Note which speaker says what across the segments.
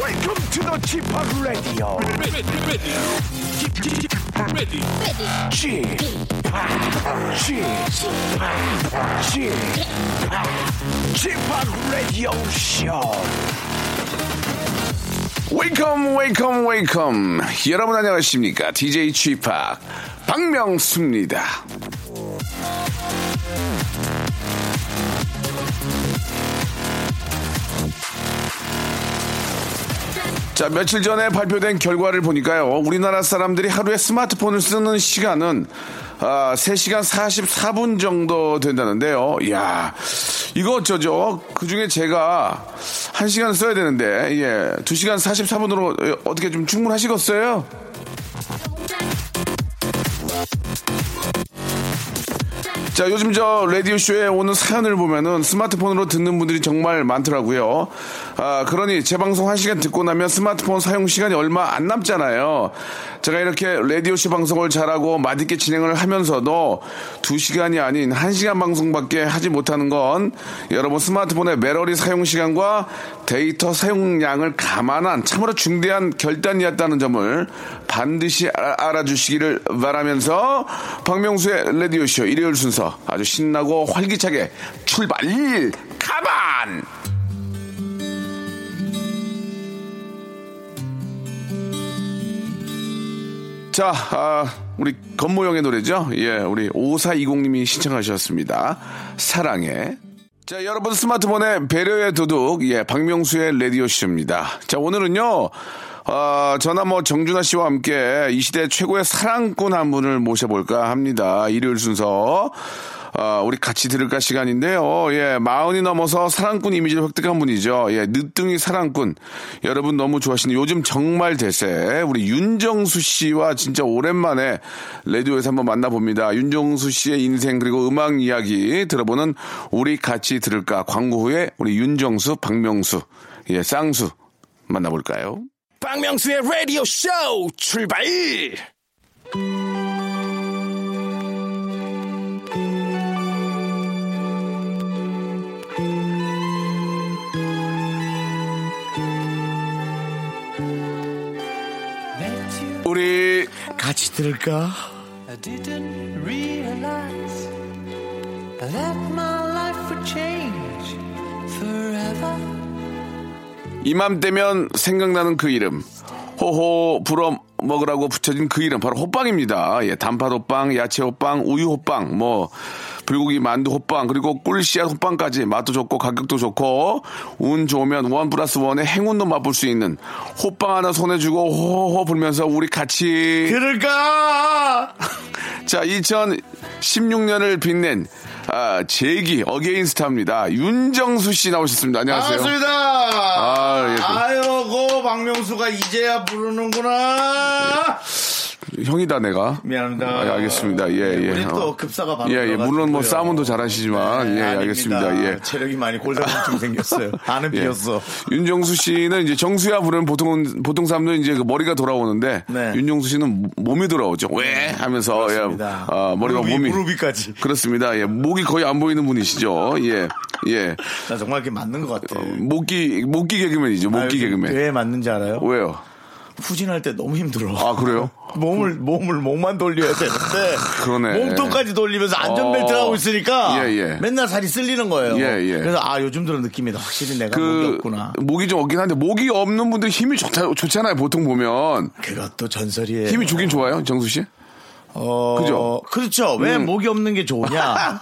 Speaker 1: Welcome to the Chip Radio. Chip Chip Chip Radio Show.
Speaker 2: 웨이컴 웨이컴 웨이컴 여러분 안녕하십니까 DJ 취팍 박명수입니다 자 며칠 전에 발표된 결과를 보니까요 우리나라 사람들이 하루에 스마트폰을 쓰는 시간은 아, 3시간 44분 정도 된다는데요 이야 이거 저죠 그중에 제가 1시간 써야 되는데 예 2시간 44분으로 어떻게 좀 충분하시겠어요? 자, 요즘 저 라디오쇼에 오는 사연을 보면은 스마트폰으로 듣는 분들이 정말 많더라고요. 아, 그러니 재방송 1시간 듣고 나면 스마트폰 사용 시간이 얼마 안 남잖아요. 제가 이렇게 라디오쇼 방송을 잘하고 맛있게 진행을 하면서도 2시간이 아닌 1시간 방송밖에 하지 못하는 건 여러분 스마트폰의 메러리 사용 시간과 데이터 사용량을 감안한 참으로 중대한 결단이었다는 점을 반드시 알- 알아주시기를 바라면서 박명수의 라디오쇼 일요일 순서 아주 신나고 활기차게 출발 가만 자 아, 우리 건모형의 노래죠 예 우리 5420님이 신청하셨습니다 사랑해 자, 여러분 스마트폰에 배려의 도둑, 예, 박명수의 라디오쇼입니다. 자, 오늘은요, 아, 저나 뭐 정준하 씨와 함께 이 시대 최고의 사랑꾼 한 분을 모셔볼까 합니다. 일요일 순서. 아, 우리 같이 들을까 시간인데요. 예, 마흔이 넘어서 사랑꾼 이미지를 획득한 분이죠. 예, 늦둥이 사랑꾼. 여러분 너무 좋아하시는 요즘 정말 대세. 우리 윤정수 씨와 진짜 오랜만에 라디오에서 한번 만나봅니다. 윤정수 씨의 인생 그리고 음악 이야기 들어보는 우리 같이 들을까 광고 후에 우리 윤정수, 박명수, 예, 쌍수 만나볼까요?
Speaker 1: 박명수의 라디오 쇼 출발.
Speaker 2: 우리
Speaker 1: 같이 들을까?
Speaker 3: I didn't realize that my life would change forever.
Speaker 2: 이맘때면 생각나는 그 이름. 호호 불어 먹으라고 붙여진 그 이름 바로 호빵입니다. 예, 단팥 호빵, 야채 호빵, 우유 호빵, 뭐 불고기 만두 호빵 그리고 꿀씨앗 호빵까지 맛도 좋고 가격도 좋고 운 좋으면 원 플러스 원의 행운도 맛볼 수 있는 호빵 하나 손에 주고 호호 불면서 우리 같이
Speaker 1: 그 들을까?
Speaker 2: 자, 2016년을 빛낸 아, 제기 어게인스타입니다. 윤정수 씨 나오셨습니다. 안녕하세요.
Speaker 1: 아, 반갑습니다.
Speaker 2: 아, 예, 그-
Speaker 1: 아이고 박명수가 이제야 부르는구나.
Speaker 2: 형이다 내가.
Speaker 1: 미안합니다. 네,
Speaker 2: 아, 예, 알겠습니다. 예, 예.
Speaker 1: 우리
Speaker 2: 어.
Speaker 1: 또 급사가 바로.
Speaker 2: 예, 예. 물론
Speaker 1: 들어가지고요.
Speaker 2: 뭐 싸움도 잘하시지만
Speaker 1: 네,
Speaker 2: 예,
Speaker 1: 아닙니다.
Speaker 2: 알겠습니다. 예.
Speaker 1: 체력이 많이 골다공증 생겼어요. 반은
Speaker 2: 예.
Speaker 1: 비었어.
Speaker 2: 윤정수 씨는 이제 정수야 부르면 보통 보통 사람들은 이제 그 머리가 돌아오는데
Speaker 1: 네.
Speaker 2: 윤정수 씨는 몸이 돌아오죠. 왜 하면서
Speaker 1: 그렇습니다.
Speaker 2: 예, 아, 머리가
Speaker 1: 무릎이,
Speaker 2: 몸이
Speaker 1: 무릎이까지.
Speaker 2: 그렇습니다. 예, 목이 거의 안 보이는 분이시죠. 예, 예.
Speaker 1: 나 정말 그게 맞는 것 같아.
Speaker 2: 목기 목기 예, 개그맨이죠. 목기
Speaker 1: 아,
Speaker 2: 개그맨.
Speaker 1: 왜 맞는지 알아요?
Speaker 2: 왜요?
Speaker 1: 후진할 때 너무 힘들어.
Speaker 2: 아 그래요? 아,
Speaker 1: 몸을 몸을 몸만 돌려야 되는데
Speaker 2: 그러네.
Speaker 1: 몸통까지 돌리면서 안전벨트
Speaker 2: 어.
Speaker 1: 하고 있으니까
Speaker 2: 예, 예.
Speaker 1: 맨날 살이 쓸리는 거예요.
Speaker 2: 예, 예.
Speaker 1: 그래서 아 요즘 들어 느낌이 확실히 내가
Speaker 2: 그
Speaker 1: 목이었구나.
Speaker 2: 목이 좀 없긴 한데 목이 없는 분들 힘이 좋다 좋잖아요. 보통 보면
Speaker 1: 그것도 전설이에요.
Speaker 2: 힘이 좋긴 좋아요, 정수 씨?
Speaker 1: 어,
Speaker 2: 그죠? 음.
Speaker 1: 그렇죠. 왜 목이 없는 게 좋으냐?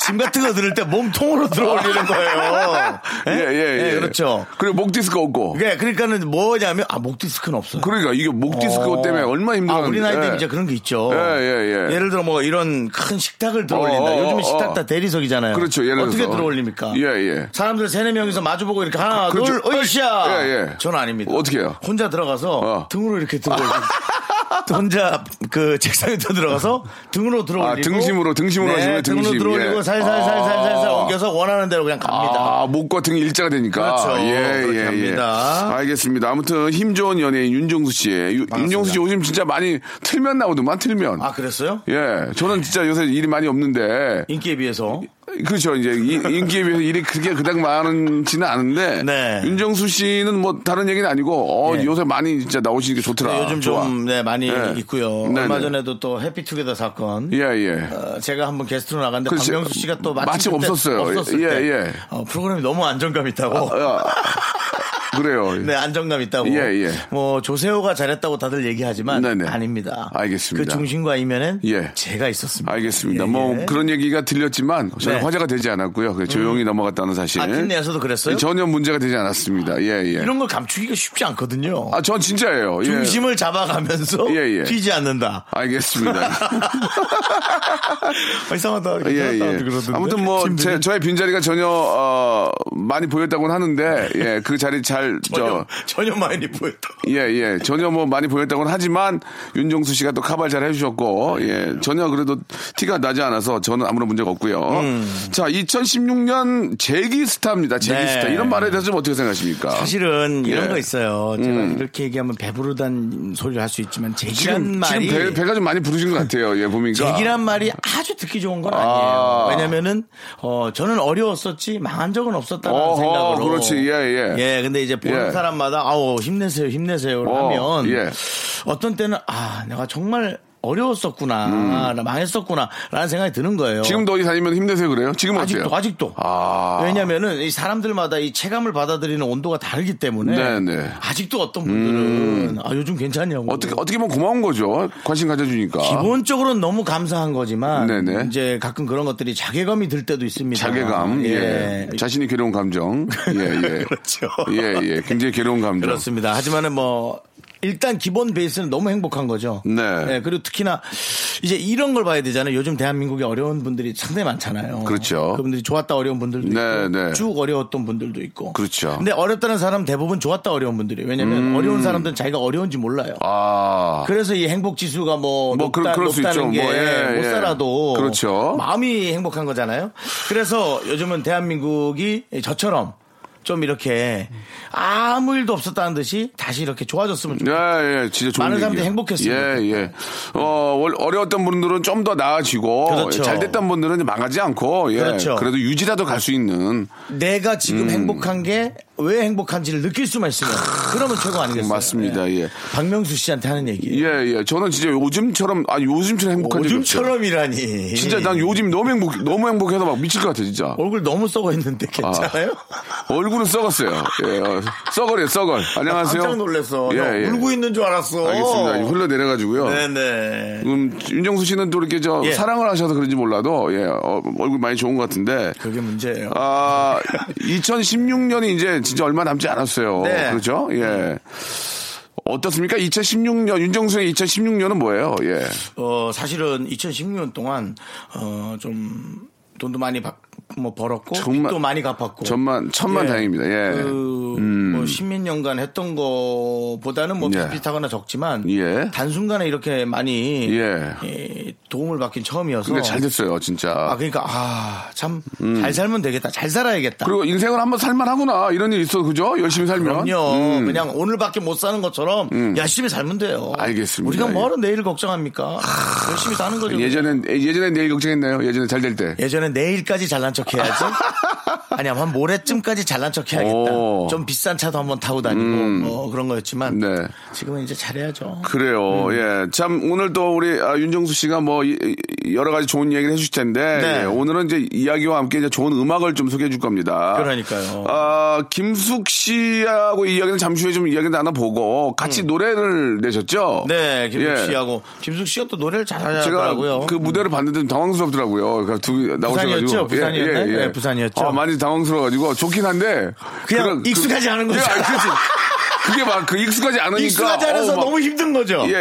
Speaker 1: 짐 같은 거 들을 때 몸 통으로 들어 올리는 거예요. 예?
Speaker 2: 예, 예, 예.
Speaker 1: 예, 그렇죠. 예,
Speaker 2: 그리고 목 디스크 없고.
Speaker 1: 그게 그러니까는 뭐냐면 아, 목 디스크는 없어요.
Speaker 2: 그러니까 이게 목 디스크
Speaker 1: 어.
Speaker 2: 때문에 얼마나 힘들었는데.
Speaker 1: 아, 우리 나이 때 이제 그런 게 있죠.
Speaker 2: 예, 예, 예.
Speaker 1: 를 들어 뭐 이런 큰 식탁을 들어
Speaker 2: 어, 어,
Speaker 1: 올린다.
Speaker 2: 어.
Speaker 1: 요즘은 식탁 다 대리석이잖아요.
Speaker 2: 그렇죠. 예를
Speaker 1: 어떻게
Speaker 2: 들어서.
Speaker 1: 들어 올립니까?
Speaker 2: 예, 예.
Speaker 1: 사람들 세네 명이서 마주보고 이렇게 하나,
Speaker 2: 그렇죠.
Speaker 1: 둘, 으쌰!
Speaker 2: 예, 예.
Speaker 1: 저는 아닙니다.
Speaker 2: 어떻게 해요?
Speaker 1: 혼자 들어가서
Speaker 2: 어.
Speaker 1: 등으로 이렇게 들어 올리고. 혼자 그 책상에 또 들어가서 등으로 들어 올리고.
Speaker 2: 아, 등심으로, 등심으로
Speaker 1: 네,
Speaker 2: 하시는 거예요, 등심.
Speaker 1: 등으로 들어
Speaker 2: 예.
Speaker 1: 올리고 살살살살살살
Speaker 2: 아.
Speaker 1: 옮겨서 원하는 대로 그냥 갑니다.
Speaker 2: 아, 목과 등이 일자가 되니까.
Speaker 1: 그렇죠.
Speaker 2: 예,
Speaker 1: 그렇게
Speaker 2: 예, 예.
Speaker 1: 합니다.
Speaker 2: 알겠습니다. 아무튼 힘 좋은 연예인 윤종수 씨. 유- 윤종수 씨 요즘 진짜 많이 틀면 나오더만, 틀면.
Speaker 1: 아, 그랬어요?
Speaker 2: 예. 저는 진짜 요새 일이 많이 없는데.
Speaker 1: 인기에 비해서.
Speaker 2: 그렇죠. 이제 이- 인기에 비해서 일이 그게 그닥 많지는 않은데.
Speaker 1: 네.
Speaker 2: 윤정수 씨는 뭐 다른 얘기는 아니고, 어,
Speaker 1: 예.
Speaker 2: 요새 많이 진짜 나오시는 게 좋더라.
Speaker 1: 요즘
Speaker 2: 좋아.
Speaker 1: 좀 네, 많이
Speaker 2: 예.
Speaker 1: 있고요.
Speaker 2: 네네.
Speaker 1: 얼마 전에도 또 해피투게더 사건.
Speaker 2: 예, 예.
Speaker 1: 어, 제가 한번 게스트로 나갔는데
Speaker 2: 글쎄,
Speaker 1: 박명수 씨가 또 마침,
Speaker 2: 마침
Speaker 1: 그때
Speaker 2: 없었어요.
Speaker 1: 없었을
Speaker 2: 예,
Speaker 1: 때
Speaker 2: 예.
Speaker 1: 어, 프로그램이 너무 안정감 있다고.
Speaker 2: 야. 아, 그래요.
Speaker 1: 네, 안정감 있다고.
Speaker 2: 예, 예.
Speaker 1: 뭐 조세호가 잘했다고 다들 얘기하지만
Speaker 2: 네네.
Speaker 1: 아닙니다.
Speaker 2: 알겠습니다.
Speaker 1: 그 중심과 이면엔
Speaker 2: 예.
Speaker 1: 제가 있었습니다.
Speaker 2: 알겠습니다.
Speaker 1: 예,
Speaker 2: 뭐
Speaker 1: 예.
Speaker 2: 그런 얘기가 들렸지만 저는
Speaker 1: 네. 음.
Speaker 2: 화제가 되지 않았고요. 그냥 조용히 넘어갔다는 사실.
Speaker 1: 아, 팀내에서도 그랬어요?
Speaker 2: 전혀 문제가 되지 않았습니다. 예, 예.
Speaker 1: 이런 걸 감추기가 쉽지 않거든요.
Speaker 2: 아, 전 진짜예요. 예.
Speaker 1: 중심을 잡아가면서
Speaker 2: 예, 예.
Speaker 1: 튀지 않는다.
Speaker 2: 알겠습니다.
Speaker 1: 아, 이상하다.
Speaker 2: 예, 예.
Speaker 1: 괜찮다. 그러던데.
Speaker 2: 아무튼 뭐,
Speaker 1: 팀들이.
Speaker 2: 제, 저의 빈자리가 전혀, 어, 많이 보였다고는 하는데, 예, 그 자리 잘, 저,
Speaker 1: 전혀, 전혀 많이 보였다.
Speaker 2: 예, 예. 전혀 뭐 많이 보였다고는 하지만, 윤종수 씨가 또 카발 잘 해주셨고,
Speaker 1: 네.
Speaker 2: 예. 전혀 그래도 티가 나지 않아서 저는 아무런 문제가 없고요. 자, 2016년 재기스타입니다. 재기스타.
Speaker 1: 음. 네.
Speaker 2: 이런 말에 대해서 좀 어떻게 생각하십니까?
Speaker 1: 사실은 이런
Speaker 2: 예.
Speaker 1: 거 있어요. 제가 이렇게 얘기하면 배부르단 소리를 할 수 있지만 제기란
Speaker 2: 지금,
Speaker 1: 말이
Speaker 2: 지금 배, 가좀 많이 부르신 것 같아요. 예, 보니까.
Speaker 1: 제기란 말이 아주 듣기 좋은 건
Speaker 2: 음. 아.
Speaker 1: 아니에요. 왜냐면은 어 저는 어려웠었지 망한 적은 없었다는
Speaker 2: 어허,
Speaker 1: 생각으로.
Speaker 2: 그렇지. 예, 예.
Speaker 1: 예, 근데 이제 보는
Speaker 2: 예.
Speaker 1: 사람마다 아우 힘내세요, 힘내세요
Speaker 2: 어,
Speaker 1: 하면
Speaker 2: 예.
Speaker 1: 어떤 때는 아 내가 정말 어려웠었구나, 나 망했었구나라는 생각이 드는 거예요.
Speaker 2: 음. 지금도 그렇죠. 어디 다니면 힘내세요 그래요? 지금
Speaker 1: 아직도
Speaker 2: 어때요?
Speaker 1: 아직도
Speaker 2: 아.
Speaker 1: 왜냐면은 이 사람들마다 이 체감을 받아들이는 온도가 다르기 때문에
Speaker 2: 네네. 음.
Speaker 1: 아직도 어떤 분들은 아 요즘 괜찮냐고
Speaker 2: 어떻게 어떻게 보면 고마운 거죠. 관심 가져주니까.
Speaker 1: 기본적으로는 너무 감사한 거지만
Speaker 2: 네네.
Speaker 1: 이제 가끔 그런 것들이 자괴감이 들 때도 있습니다.
Speaker 2: 자괴감, 예. 자신이 괴로운 감정, 예, 예.
Speaker 1: 그렇죠.
Speaker 2: 예, 예. 굉장히 괴로운 감정.
Speaker 1: 그렇습니다. 하지만은 뭐 일단 기본 베이스는 너무 행복한 거죠.
Speaker 2: 네.
Speaker 1: 예, 그리고 특히나 이제 이런 걸 봐야 되잖아요. 요즘 대한민국에 어려운 분들이 상당히 많잖아요.
Speaker 2: 그렇죠.
Speaker 1: 그분들이 좋았다 어려운 분들도
Speaker 2: 네,
Speaker 1: 있고
Speaker 2: 네.
Speaker 1: 쭉 어려웠던 분들도 있고.
Speaker 2: 그렇죠. 음.
Speaker 1: 근데 어렵다는 사람 대부분 좋았다 어려운 분들이에요. 왜냐면 어려운 사람들은 자기가 어려운지 몰라요.
Speaker 2: 아,
Speaker 1: 그래서 이 행복 지수가 뭐,
Speaker 2: 뭐
Speaker 1: 높다,
Speaker 2: 그럴- 그럴 수
Speaker 1: 높다는 게
Speaker 2: 있죠. 뭐,
Speaker 1: 못
Speaker 2: 예, 예.
Speaker 1: 살아도
Speaker 2: 그렇죠.
Speaker 1: 마음이 행복한 거잖아요. 그래서 요즘은 대한민국이 저처럼 좀 이렇게 아무 일도 없었다는 듯이 다시 이렇게 좋아졌으면 좋겠어요.
Speaker 2: 예, 예, 진짜 좋은
Speaker 1: 많은 사람들이
Speaker 2: 얘기예요.
Speaker 1: 행복했습니다.
Speaker 2: 예, 예. 어, 월- 어려웠던 분들은 좀 더 나아지고
Speaker 1: 그렇죠.
Speaker 2: 잘 됐던 분들은 망하지 않고 예.
Speaker 1: 그렇죠.
Speaker 2: 그래도 유지라도 갈 수 있는
Speaker 1: 내가 지금
Speaker 2: 음.
Speaker 1: 행복한 게 왜 행복한지를 느낄 수만 있으면 그러면 최고 아니겠어요?
Speaker 2: 맞습니다. 예.
Speaker 1: 박명수 씨한테 하는 얘기.
Speaker 2: 예, 예. 저는 진짜 요즘처럼 아, 요즘처럼 행복한 적이 없어요.
Speaker 1: 요즘처럼이라니.
Speaker 2: 진짜 난 요즘 너무 행복 너무 행복해서 막 미칠 것 같아, 진짜.
Speaker 1: 얼굴 너무 썩어 있는데 괜찮아요?
Speaker 2: 얼굴은 썩었어요. 예, 어, 썩어요, 썩어. 안녕하세요.
Speaker 1: 깜짝 놀랐어.
Speaker 2: 예,
Speaker 1: 나
Speaker 2: 예.
Speaker 1: 울고 있는 줄 알았어.
Speaker 2: 알겠습니다. 흘러내려가지고요.
Speaker 1: 네네.
Speaker 2: 음, 윤정수 씨는 또 이렇게 저
Speaker 1: 예.
Speaker 2: 사랑을 하셔서 그런지 몰라도 예, 어, 얼굴 많이 좋은 것 같은데.
Speaker 1: 그게 문제예요.
Speaker 2: 아, 2016년이 이제 진짜 얼마 남지 않았어요.
Speaker 1: 네.
Speaker 2: 그렇죠? 예. 어떻습니까? 2016년 윤정수의 2016년은 뭐예요? 예.
Speaker 1: 어, 사실은 2016년 동안 어, 좀 돈도 많이 받, 뭐 벌었고
Speaker 2: 정말-
Speaker 1: 빚도 많이 갚았고
Speaker 2: 천만 천만
Speaker 1: 예.
Speaker 2: 다행입니다. 예.
Speaker 1: 그, 뭐, 십몇 년간 했던 거보다는 뭐
Speaker 2: 예.
Speaker 1: 비슷비슷하거나 적지만,
Speaker 2: 예.
Speaker 1: 단순간에 이렇게 많이
Speaker 2: 예.
Speaker 1: 예, 도움을 받긴 처음이어서.
Speaker 2: 그게 잘 됐어요, 진짜.
Speaker 1: 아, 그러니까, 아, 참, 잘 살면 되겠다. 잘 살아야겠다.
Speaker 2: 그리고 인생을 한번 살만하구나 이런 일 있어 그죠? 열심히 살면.
Speaker 1: 그럼요.
Speaker 2: 음.
Speaker 1: 그냥 오늘밖에 못 사는 것처럼 열심히 살면 돼요.
Speaker 2: 알겠습니다. 예.
Speaker 1: 우리가 뭐하러 내일 걱정합니까? 열심히
Speaker 2: 음,
Speaker 1: 사는 거죠.
Speaker 2: 예전엔 예전에 내일 걱정했나요? 예전에 잘 될 때.
Speaker 1: 예전에 내일까지 잘난 척 해야지. 아니야, 한 모레쯤까지 잘난 척 해야겠다.
Speaker 2: 오. 음.
Speaker 1: 좀 비싼 차도 한번 타고 다니고 어, 그런 거였지만
Speaker 2: 네.
Speaker 1: 지금은 이제 잘해야죠.
Speaker 2: 그래요.
Speaker 1: 음.
Speaker 2: 예. 참, 오늘 또 우리 아, 윤정수 씨가 뭐, 이- 이- 여러 가지 좋은 얘기를 해주실 텐데,
Speaker 1: 네.
Speaker 2: 예, 오늘은 이제 이야기와 함께 이제 좋은 음악을 좀 소개해 줄 겁니다.
Speaker 1: 그러니까요.
Speaker 2: 아, 김숙 씨하고 이 이야기는 잠시 후에 좀 이야기 나눠보고, 같이 노래를 내셨죠?
Speaker 1: 음. 네, 김숙
Speaker 2: 예.
Speaker 1: 씨하고 김숙 씨가 또 노래를
Speaker 2: 제가
Speaker 1: 잘하더라고요. 음.
Speaker 2: 그 무대를 봤는데 좀 당황스럽더라고요. 그러니까 두분 나오셔가지고
Speaker 1: 부산이었죠? 부산이었나요? 네, 부산이었죠?
Speaker 2: 아, 많이 당황스러워가지고 좋긴 한데
Speaker 1: 그냥 익숙하지 않은 거죠.
Speaker 2: 예, 아니, 그치. 그게 막 그 익숙하지 않으니까
Speaker 1: 익숙하지 않아서
Speaker 2: 어, 막-
Speaker 1: 너무 힘든 거죠.
Speaker 2: 예,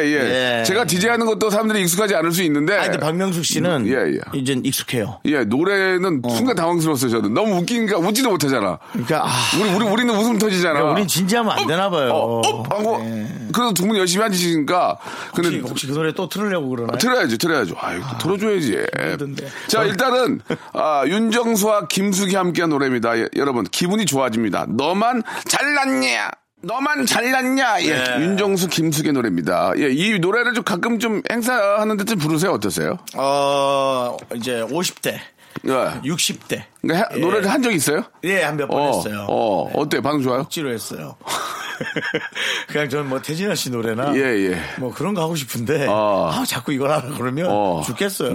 Speaker 2: 예. 제가 DJ 하는 것도 사람들이 익숙하지 않을 수 있는데.
Speaker 1: 아, 근데 박명숙 씨는
Speaker 2: 예, 예.
Speaker 1: 이제 익숙해요.
Speaker 2: 예, 노래는 순간 당황스러웠어요, 저는. 너무 웃기니까 웃지도 못하잖아.
Speaker 1: 그러니까 아,
Speaker 2: 우리, 우리, 우리는 웃음 터지잖아.
Speaker 1: 우린 진지하면 안 되나 봐요.
Speaker 2: 어, 업! 하고. 그래서 두 분 열심히 앉으시니까. 근데
Speaker 1: 혹시, 혹시 그 노래 또 틀으려고 그러나요?
Speaker 2: 틀어야지, 틀어야죠. 아유, 틀어줘야지. 예.
Speaker 1: 힘든데.
Speaker 2: 자, 일단은, 아, 윤정수와 김숙이 함께한 노래입니다. 예, 여러분, 기분이 좋아집니다. 너만 잘났냐? 너만 잘났냐? 예.
Speaker 1: 네.
Speaker 2: 윤정수, 김숙의 노래입니다. 예, 이 노래를 좀 가끔 좀 행사하는 데 좀 부르세요. 어떠세요?
Speaker 1: 어, 이제 50대,
Speaker 2: 예.
Speaker 1: 60대.
Speaker 2: 그러니까 해-
Speaker 1: 예.
Speaker 2: 노래를 한 적 있어요?
Speaker 1: 예, 한 몇 번
Speaker 2: 어,
Speaker 1: 했어요. 네.
Speaker 2: 어, 어때? 반응 좋아요?
Speaker 1: 억지로 했어요. 그냥 저는 뭐 태진아 씨 노래나
Speaker 2: 예, 예.
Speaker 1: 뭐 그런 거 하고 싶은데
Speaker 2: 어.
Speaker 1: 아, 자꾸 이걸 하라 그러면
Speaker 2: 어.
Speaker 1: 죽겠어요.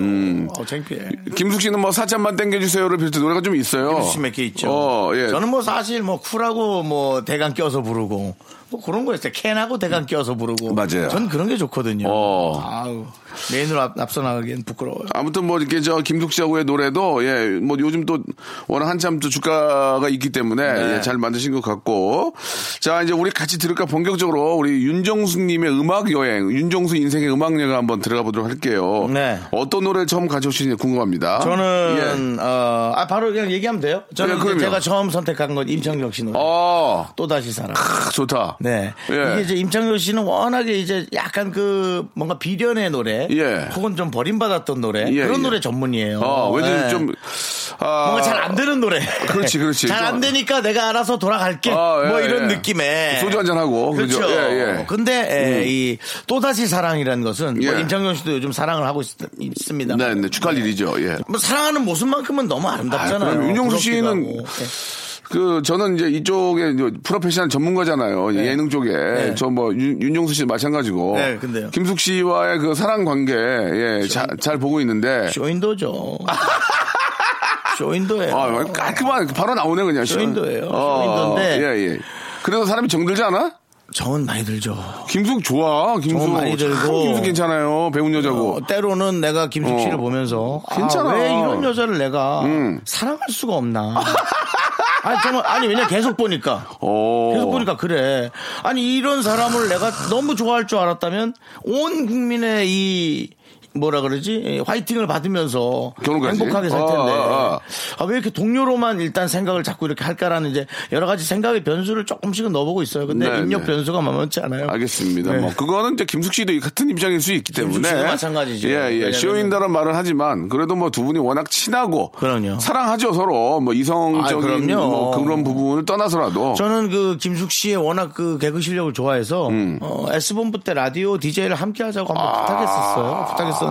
Speaker 1: 어, 창피해.
Speaker 2: 김숙 씨는 뭐 사짠만 땡겨주세요를 비롯해 노래가 좀 있어요.
Speaker 1: 수몇개 있죠.
Speaker 2: 어, 예.
Speaker 1: 저는 뭐 사실 뭐 쿨하고 뭐 대강 껴서 부르고 뭐 그런 거였어요. 캔하고 대강 껴서 부르고.
Speaker 2: 맞아요.
Speaker 1: 전 그런 게 좋거든요.
Speaker 2: 어.
Speaker 1: 아우 메인으로 앞, 앞서 나가기엔 부끄러워요.
Speaker 2: 아무튼 뭐 이렇게 저 김숙 씨하고의 노래도 예, 뭐 요즘 또 워낙 한참 또 주가가 있기 때문에
Speaker 1: 네.
Speaker 2: 예, 잘 만드신 것 같고. 자, 이제 우리 같이 들을까 본격적으로 우리 윤정수 님의 음악 여행, 윤정수 인생의 음악 여행 한번 들어가 보도록 할게요.
Speaker 1: 네.
Speaker 2: 어떤 노래 처음 가져오시는지 궁금합니다. 예.
Speaker 1: 저는 어, 아 바로 그냥 얘기하면 돼요.
Speaker 2: 예,
Speaker 1: 저는 이제
Speaker 2: 그럼요.
Speaker 1: 제가 처음 선택한 건 임창정 씨 노래.
Speaker 2: 어,
Speaker 1: 또 다시 살아.
Speaker 2: 크, 좋다.
Speaker 1: 네.
Speaker 2: 예.
Speaker 1: 이게 이제 임창정 씨는 워낙에 이제 약간 그 뭔가 비련의 노래,
Speaker 2: 예.
Speaker 1: 혹은 좀 버림받았던 노래
Speaker 2: 예,
Speaker 1: 그런
Speaker 2: 예.
Speaker 1: 노래 전문이에요.
Speaker 2: 어, 왠지
Speaker 1: 예.
Speaker 2: 좀 아,
Speaker 1: 뭔가 잘 안 되는 노래.
Speaker 2: 그렇지, 그렇지.
Speaker 1: 잘 안
Speaker 2: 좀-
Speaker 1: 되니까 내가 알아서 돌아갈게.
Speaker 2: 아, 예,
Speaker 1: 뭐
Speaker 2: 예.
Speaker 1: 이런 느낌에
Speaker 2: 소주 한잔 하고, 그죠?
Speaker 1: 그렇죠.
Speaker 2: 예, 예.
Speaker 1: 근데 예, 이 또다시 사랑이라는 것은 뭐
Speaker 2: 예.
Speaker 1: 임창정 씨도 요즘 사랑을 하고 있, 습니다
Speaker 2: 네, 네, 축하할 일이죠. 예.
Speaker 1: 뭐 사랑하는 모습만큼은 너무
Speaker 2: 아,
Speaker 1: 아름답잖아요.
Speaker 2: 그럼 윤정수
Speaker 1: 부럽기도
Speaker 2: 씨는
Speaker 1: 하고. 예.
Speaker 2: 그 저는 이제 이쪽에 이제 프로페셔널 전문가잖아요. 예능 쪽에 저 뭐 윤종수 씨 마찬가지고.
Speaker 1: 네, 근데요. 그렇죠.
Speaker 2: 김숙 씨와의 그 사랑 관계 예, 자- 잘 보고 있는데.
Speaker 1: 쇼인도죠. 쇼인도예요.
Speaker 2: 아, 깔끔한 바로 나오네 그냥.
Speaker 1: 쇼인도예요.
Speaker 2: 어,
Speaker 1: 쇼인도인데.
Speaker 2: 예, 예. 그래서 사람이 정들지 않아?
Speaker 1: 정은 많이 들죠.
Speaker 2: 김숙 좋아. 김숙.
Speaker 1: 정 많이 들고.
Speaker 2: 참 김숙 괜찮아요. 배운 여자고.
Speaker 1: 어, 때로는 내가 김숙 씨를
Speaker 2: 어.
Speaker 1: 보면서 아,
Speaker 2: 괜찮아. 음.
Speaker 1: 왜 이런 여자를 내가 사랑할 수가 없나. 아니 정말 아니 왜냐 계속 보니까
Speaker 2: 어.
Speaker 1: 계속 보니까 그래. 아니 이런 사람을 내가 너무 좋아할 줄 알았다면 온 국민의 이 뭐라 그러지 이 화이팅을 받으면서
Speaker 2: 결혼까지?
Speaker 1: 행복하게 살
Speaker 2: 아,
Speaker 1: 텐데
Speaker 2: 아, 아.
Speaker 1: 아, 왜 이렇게 동료로만 일단 생각을 자꾸 이렇게 할까라는 이제 여러 가지 생각의 변수를 조금씩은 넣어보고 있어요. 근데
Speaker 2: 네,
Speaker 1: 입력
Speaker 2: 네.
Speaker 1: 변수가 만만치 않아요.
Speaker 2: 알겠습니다.
Speaker 1: 네.
Speaker 2: 뭐 그거는 이제 김숙 씨도 같은 입장일 수 있기
Speaker 1: 김숙
Speaker 2: 때문에
Speaker 1: 씨도 마찬가지죠.
Speaker 2: 예, 예.
Speaker 1: 왜냐면은-
Speaker 2: 쇼인다는 말은 하지만 그래도 뭐 두 분이 워낙 친하고
Speaker 1: 그럼요.
Speaker 2: 사랑하죠 서로 뭐
Speaker 1: 아,
Speaker 2: 이성적인
Speaker 1: 그럼요.
Speaker 2: 뭐 그런 부분을 떠나서라도
Speaker 1: 저는 그 김숙 씨의 워낙 그 개그 실력을 좋아해서
Speaker 2: 음.
Speaker 1: 어, S본부 때 라디오 DJ를 함께 하자고 한번 부탁했었어요. 부탁했었는데